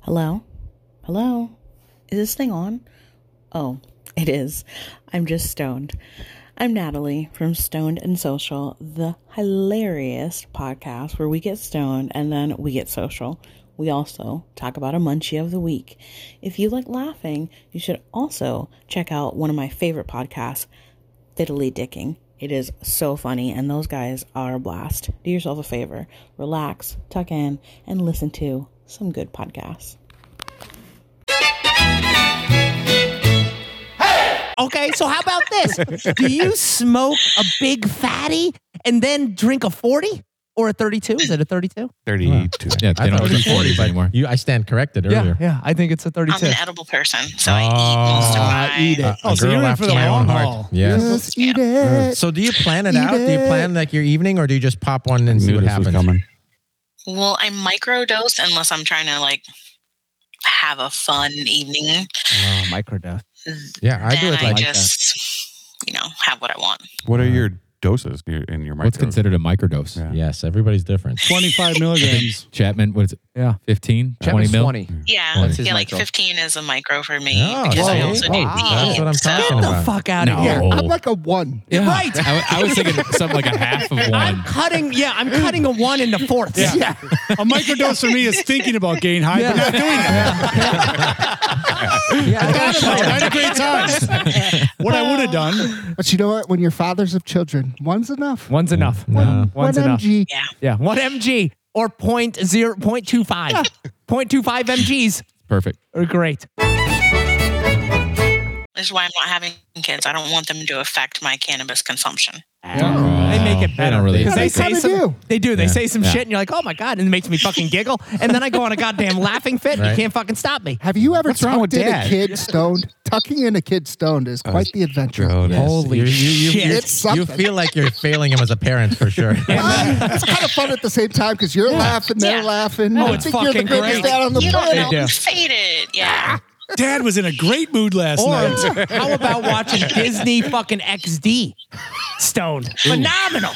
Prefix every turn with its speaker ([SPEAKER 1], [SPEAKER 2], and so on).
[SPEAKER 1] Hello? Hello? Is this thing on? Oh, it is. I'm just stoned. I'm Natalie from Stoned and Social, the hilarious podcast where we get stoned and then we get social. We also talk about a munchie of the week. If you like laughing, you should also check out one of my favorite podcasts, Fiddly Dicking. It is so funny, and those guys are a blast. Do yourself a favor, relax, tuck in, and listen to some good podcasts.
[SPEAKER 2] Okay, so how about this? Do you smoke a big fatty and then drink a 40 or a 32? Is it a 32?
[SPEAKER 3] 32.
[SPEAKER 4] Yeah, they
[SPEAKER 3] thought
[SPEAKER 4] don't
[SPEAKER 3] it
[SPEAKER 4] do
[SPEAKER 3] was 40,
[SPEAKER 4] 40s
[SPEAKER 3] but
[SPEAKER 4] anymore.
[SPEAKER 3] You, I stand corrected earlier.
[SPEAKER 2] yeah, I think it's a Uh,
[SPEAKER 5] I'm
[SPEAKER 2] 32.
[SPEAKER 5] an edible person, so I eat most
[SPEAKER 3] Oh,
[SPEAKER 5] of my.
[SPEAKER 2] eat it.
[SPEAKER 3] A- a
[SPEAKER 2] Oh, so
[SPEAKER 3] girl
[SPEAKER 2] you're in
[SPEAKER 3] after
[SPEAKER 2] for the
[SPEAKER 3] my own
[SPEAKER 2] long
[SPEAKER 3] heart.
[SPEAKER 2] haul.
[SPEAKER 3] Yes.
[SPEAKER 2] eat
[SPEAKER 3] Mm.
[SPEAKER 2] it.
[SPEAKER 3] So do you plan it
[SPEAKER 2] Eat
[SPEAKER 3] out? Do you plan like your evening, or do you just pop one and see what happens?
[SPEAKER 5] Well, I microdose unless I'm trying to like have a fun evening.
[SPEAKER 2] Oh, microdose.
[SPEAKER 3] Yeah, I do
[SPEAKER 5] then
[SPEAKER 3] it
[SPEAKER 5] I
[SPEAKER 3] like
[SPEAKER 5] just, you know, have what I want.
[SPEAKER 6] What
[SPEAKER 3] Uh,
[SPEAKER 6] are your doses your- in your micro?
[SPEAKER 4] What's considered a microdose?
[SPEAKER 6] Yeah.
[SPEAKER 3] yes. Everybody's different.
[SPEAKER 7] 25 milligrams.
[SPEAKER 4] Chapman, what is it?
[SPEAKER 2] Yeah.
[SPEAKER 4] 15?
[SPEAKER 3] Chapman's
[SPEAKER 4] 20 mil?
[SPEAKER 5] Yeah,
[SPEAKER 3] That's his
[SPEAKER 5] yeah, like
[SPEAKER 3] micro.
[SPEAKER 5] 15 is a micro for me
[SPEAKER 3] Oh,
[SPEAKER 5] because I
[SPEAKER 3] see?
[SPEAKER 5] also
[SPEAKER 3] Oh,
[SPEAKER 5] need to
[SPEAKER 2] wow.
[SPEAKER 5] eat.
[SPEAKER 3] That's what I'm
[SPEAKER 5] so-
[SPEAKER 3] talking
[SPEAKER 2] Get the
[SPEAKER 3] about.
[SPEAKER 2] fuck out of
[SPEAKER 4] No.
[SPEAKER 2] here.
[SPEAKER 4] Oh.
[SPEAKER 8] I'm like a one.
[SPEAKER 2] You're Right.
[SPEAKER 4] I, w- I was thinking something like a half of
[SPEAKER 2] I'm
[SPEAKER 4] one.
[SPEAKER 2] cutting, yeah, I'm cutting a one into fourths.
[SPEAKER 7] Yeah. A microdose for me is thinking about getting high, but not doing it.
[SPEAKER 2] Yeah, I
[SPEAKER 7] I
[SPEAKER 2] got
[SPEAKER 7] thought
[SPEAKER 2] it.
[SPEAKER 7] about it 90 great times. What I would have done.
[SPEAKER 8] But you know what? When you're fathers of children, one's enough.
[SPEAKER 2] One's enough.
[SPEAKER 3] No.
[SPEAKER 2] One's
[SPEAKER 8] one
[SPEAKER 2] enough.
[SPEAKER 8] MG.
[SPEAKER 5] Yeah.
[SPEAKER 2] Yeah, one MG or point zero point two five. Point two five MGs
[SPEAKER 4] Perfect.
[SPEAKER 2] are great.
[SPEAKER 5] This is why I'm not having kids. I don't want them to affect my cannabis consumption.
[SPEAKER 3] Oh,
[SPEAKER 2] They make it
[SPEAKER 4] Oh, They
[SPEAKER 2] better.
[SPEAKER 4] don't really
[SPEAKER 2] Because they
[SPEAKER 8] affect
[SPEAKER 2] say
[SPEAKER 8] it.
[SPEAKER 2] some,
[SPEAKER 8] Kinda do.
[SPEAKER 2] They do. They
[SPEAKER 4] Yeah.
[SPEAKER 2] say some
[SPEAKER 4] Yeah.
[SPEAKER 2] shit, and you're like, "Oh my god!" And it makes me fucking giggle, and then I go on a goddamn laughing fit. And
[SPEAKER 3] Right.
[SPEAKER 2] you can't fucking stop me.
[SPEAKER 8] Have you ever
[SPEAKER 3] What's wrong with
[SPEAKER 8] tucked in
[SPEAKER 3] dad? Oh,
[SPEAKER 8] a kid stoned? Tucking in a kid stoned is quite the adventure.
[SPEAKER 3] Holy
[SPEAKER 2] shit.
[SPEAKER 3] You,
[SPEAKER 8] It's something.
[SPEAKER 3] you feel like you're failing him as a parent for sure.
[SPEAKER 8] Ah, it's kind of fun at the same time because you're laughing, they're
[SPEAKER 5] Yeah.
[SPEAKER 8] laughing.
[SPEAKER 2] Oh,
[SPEAKER 8] I
[SPEAKER 2] it's
[SPEAKER 8] think you're the
[SPEAKER 2] fucking
[SPEAKER 8] greatest
[SPEAKER 2] great.
[SPEAKER 8] dad on the
[SPEAKER 5] You don't
[SPEAKER 8] planet.
[SPEAKER 5] know.
[SPEAKER 2] do.
[SPEAKER 5] I'm faded. Yeah.
[SPEAKER 7] Dad was in a great mood last
[SPEAKER 2] Or
[SPEAKER 7] night.
[SPEAKER 2] how about watching Disney fucking XD? Stoned. Phenomenal.